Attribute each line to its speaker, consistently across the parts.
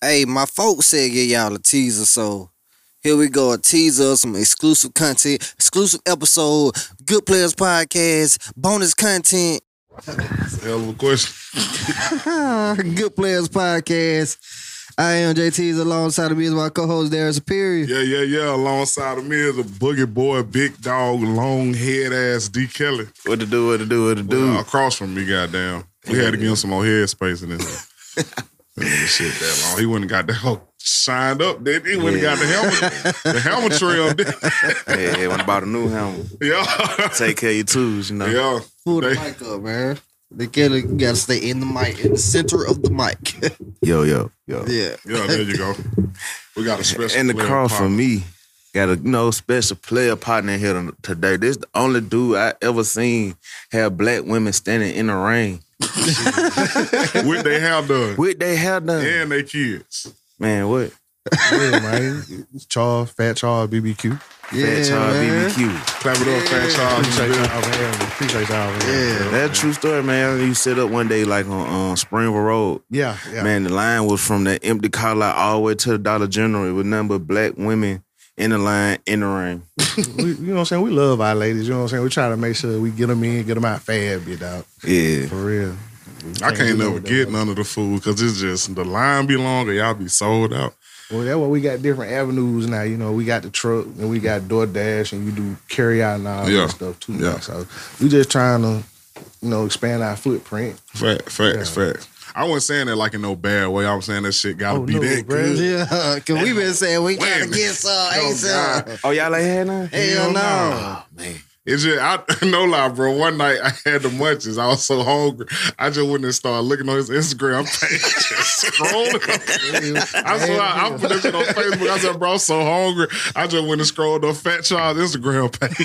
Speaker 1: Hey, my folks said give y'all a teaser, so here we go. A teaser, of some exclusive content, exclusive episode, Good Players Podcast, bonus content.
Speaker 2: Hell of a question.
Speaker 1: Good Players Podcast. I am JT's alongside of me is my co-host Darren Superior.
Speaker 2: Yeah, yeah, yeah. Alongside of me is a boogie boy, big dog, long head ass D. Kelly.
Speaker 3: What to do, what to do, what to do.
Speaker 2: Well, across from me, goddamn. We had to give him some more head space in this. That nigga shit that long. He wouldn't got that whole signed up, did he? He wouldn't got the helmet. the helmet trail, did
Speaker 3: hey, hey, when about a new helmet?
Speaker 2: Yeah.
Speaker 3: Take care of your tools, you know.
Speaker 2: Yeah.
Speaker 1: Pull the
Speaker 2: They-
Speaker 1: mic up, man. The killer you gotta stay in the mic, in the center of the mic.
Speaker 3: Yo, yo, yo.
Speaker 1: yeah.
Speaker 2: Yeah, there you go. We got a special
Speaker 3: And the
Speaker 2: player
Speaker 3: cross
Speaker 2: partner.
Speaker 3: for me, got a you know, special player partner in here today. This the only dude I ever seen have black women standing in the rain
Speaker 2: What they have done.
Speaker 3: with their hair done.
Speaker 2: And they kids.
Speaker 3: Man, what?
Speaker 4: yeah, man. Char, Fat Char, BBQ.
Speaker 1: Yeah,
Speaker 3: Fat Child
Speaker 1: man.
Speaker 3: BBQ.
Speaker 2: Clap it up, fat
Speaker 4: Appreciate y'all
Speaker 2: child.
Speaker 4: for having me. Appreciate y'all for having me.
Speaker 1: Yeah.
Speaker 3: That true story, man. You sit up one day like on um, Springville Road.
Speaker 4: Yeah, yeah.
Speaker 3: Man, the line was from the empty car lot all the way to the Dollar General. It was nothing but black women in the line in the rain.
Speaker 4: We, you know what I'm saying? We love our ladies. You know what I'm saying? We try to make sure we get them in, get them out fab, you dog.
Speaker 3: Yeah.
Speaker 4: For real.
Speaker 2: I can't never get none of the food because it's just the line be longer. Y'all be sold out.
Speaker 4: Well, that's why we got different avenues now. You know, we got the truck and we got DoorDash and you do carry out and all
Speaker 2: Yeah.
Speaker 4: that stuff too.
Speaker 2: Yeah.
Speaker 4: Yeah. So we just trying to, you know, expand our footprint.
Speaker 2: Fact, facts, facts. I wasn't saying that like in no bad way. I was saying that shit gotta
Speaker 4: Oh,
Speaker 2: be
Speaker 4: no,
Speaker 2: that
Speaker 4: bruh.
Speaker 2: good.
Speaker 1: Yeah, cause we been saying we gotta
Speaker 2: Wait a
Speaker 1: get some,
Speaker 2: Oh,
Speaker 1: ain't some.
Speaker 2: God.
Speaker 3: Oh, y'all ain't had none?
Speaker 1: Hell no.
Speaker 3: Oh, man.
Speaker 2: It's just I no lie, bro. One night I had the munchies. I was so hungry. I just went and started looking on his Instagram page, just scrolling. I swear, I, I put this shit on Facebook. I said, bro, I'm so hungry. I just went and scrolled on Fat Child's Instagram page.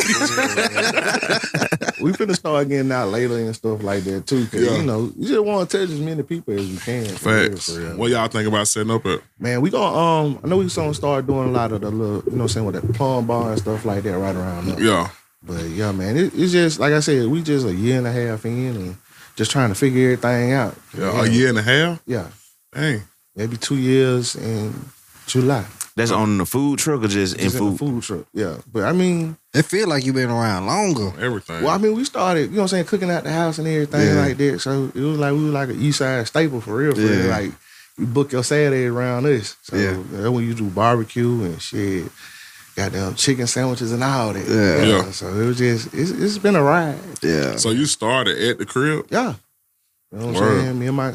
Speaker 4: we finna start getting out later and stuff like that too. Cause
Speaker 2: Yeah.
Speaker 4: you know, you just want to touch as many people as you can. For real,
Speaker 2: Facts.
Speaker 4: for real.
Speaker 2: What y'all think about setting up at?
Speaker 4: Man, we gonna um I know we gonna start doing a lot of the little, you know what I'm saying, with that plumb bar and stuff like that right around now.
Speaker 2: Yeah.
Speaker 4: But yeah, man, it, it's just like I said, we just a year and a half in and just trying to figure everything out.
Speaker 2: yeah. A year and a half?
Speaker 4: Yeah.
Speaker 2: Dang.
Speaker 4: Maybe two years in July.
Speaker 3: That's on the food truck or just,
Speaker 4: Just
Speaker 3: in
Speaker 4: in
Speaker 3: food?
Speaker 4: the food truck. Yeah. But I mean,
Speaker 1: It feel like you been around longer.
Speaker 2: Everything.
Speaker 4: well, I mean, we started, you know what I'm saying, cooking out the house and everything
Speaker 1: Yeah.
Speaker 4: like that. So it was like we were like an east side staple for real, for
Speaker 1: Yeah.
Speaker 4: real. Like you book your Saturday around us. So
Speaker 1: Yeah.
Speaker 4: that's when you do barbecue and shit. Goddamn chicken sandwiches and all that.
Speaker 1: Yeah.
Speaker 2: Yeah.
Speaker 4: So it was just it's, it's been a ride.
Speaker 1: Yeah.
Speaker 2: so you started at the crib?
Speaker 4: Yeah. You know what
Speaker 2: Word.
Speaker 4: I'm saying? Me and my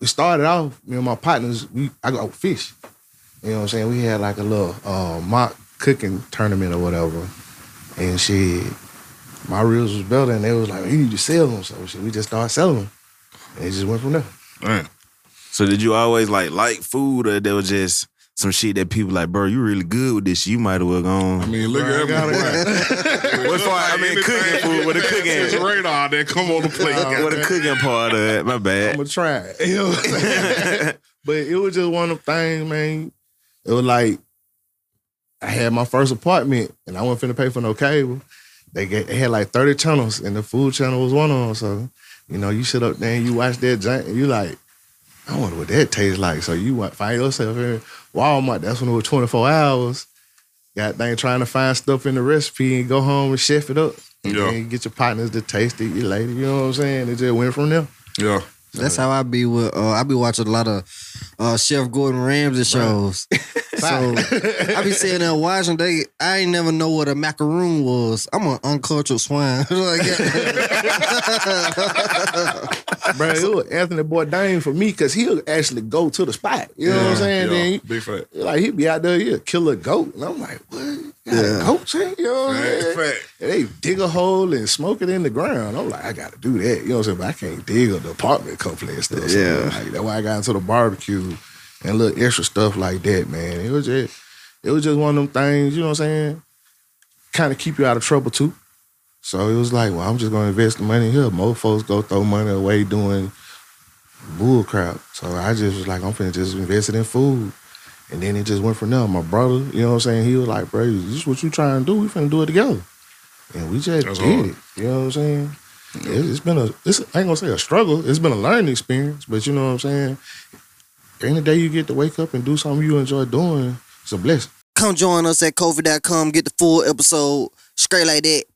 Speaker 4: it started off, me and my partners, we I go fish. You know what I'm saying? We had like a little uh mock cooking tournament or whatever. And shit, my reels was better and they was like, you need to sell them. So shit, we just started selling them. And it just went from there.
Speaker 2: Man.
Speaker 3: So did you always like like food or there was just some shit that people like, bro, you really good with this. You might as well gone.
Speaker 2: I mean, look
Speaker 4: Bro, I
Speaker 2: at
Speaker 4: gotta-
Speaker 2: everything.
Speaker 3: What for- I mean, cooking food, with a cooking-
Speaker 2: It's radar that come on the plate.
Speaker 3: Uh, what a cooking part of it. My
Speaker 4: I'm
Speaker 3: bad.
Speaker 4: gonna try it. You know what I'm saying? but it was just one of them things, man. It was like I had my first apartment and I wasn't finna pay for no cable. They, get, they had like 30 channels and the food channel was one of them. So, you know, you sit up there and you watch that junk and you like, I wonder what that tastes like. So you wa- find yourself in Walmart. That's when it was 24 hours. Got thing trying to find stuff in the recipe and go home and chef it up. And
Speaker 2: Yeah.
Speaker 4: then get your partners to taste it, you later. You know what I'm saying? It just went from there.
Speaker 2: Yeah.
Speaker 1: That's how I be with. Uh, I be watching a lot of uh, Chef Gordon Ramsay shows. so I be sitting there watching. They, I ain't never know what a macaroon was. I'm an uncultured swine. like,
Speaker 4: bro. It was Anthony Bourdain for me because he'll actually go to the spot. You know what I'm saying? Then he-
Speaker 2: Big fat.
Speaker 4: like he'd be out there, he'll kill a goat, and I'm like, what? Yeah, goat shit? You know what I'm
Speaker 2: Fact,
Speaker 4: saying?
Speaker 2: fact.
Speaker 4: And they dig a hole and smoke it in the ground. I'm like, I gotta do that. You know what I'm saying? But I can't dig up the apartment complex stuff. So,
Speaker 1: Yeah.
Speaker 4: like, that's why I got into the barbecue and little extra stuff like that, man. It was just, it was just one of them things. You know what I'm saying? Kind of keep you out of trouble too. So it was like, well, I'm just gonna invest the money here. Most folks go throw money away doing bull crap. So I just was like, I'm finna just invest it in food. And then it just went from there. My brother, you know what I'm saying? He was like, bro, this is what you trying to do. We finna do it together. And we just
Speaker 2: That's
Speaker 4: did
Speaker 2: hard.
Speaker 4: it. You know what I'm saying? It- It's been a, it's, I ain't gonna say a struggle. It's been a learning experience, but you know what I'm saying? any day you get to wake up and do something you enjoy doing, it's a blessing.
Speaker 1: Come join us at Kofi.com. Get the full episode straight like that.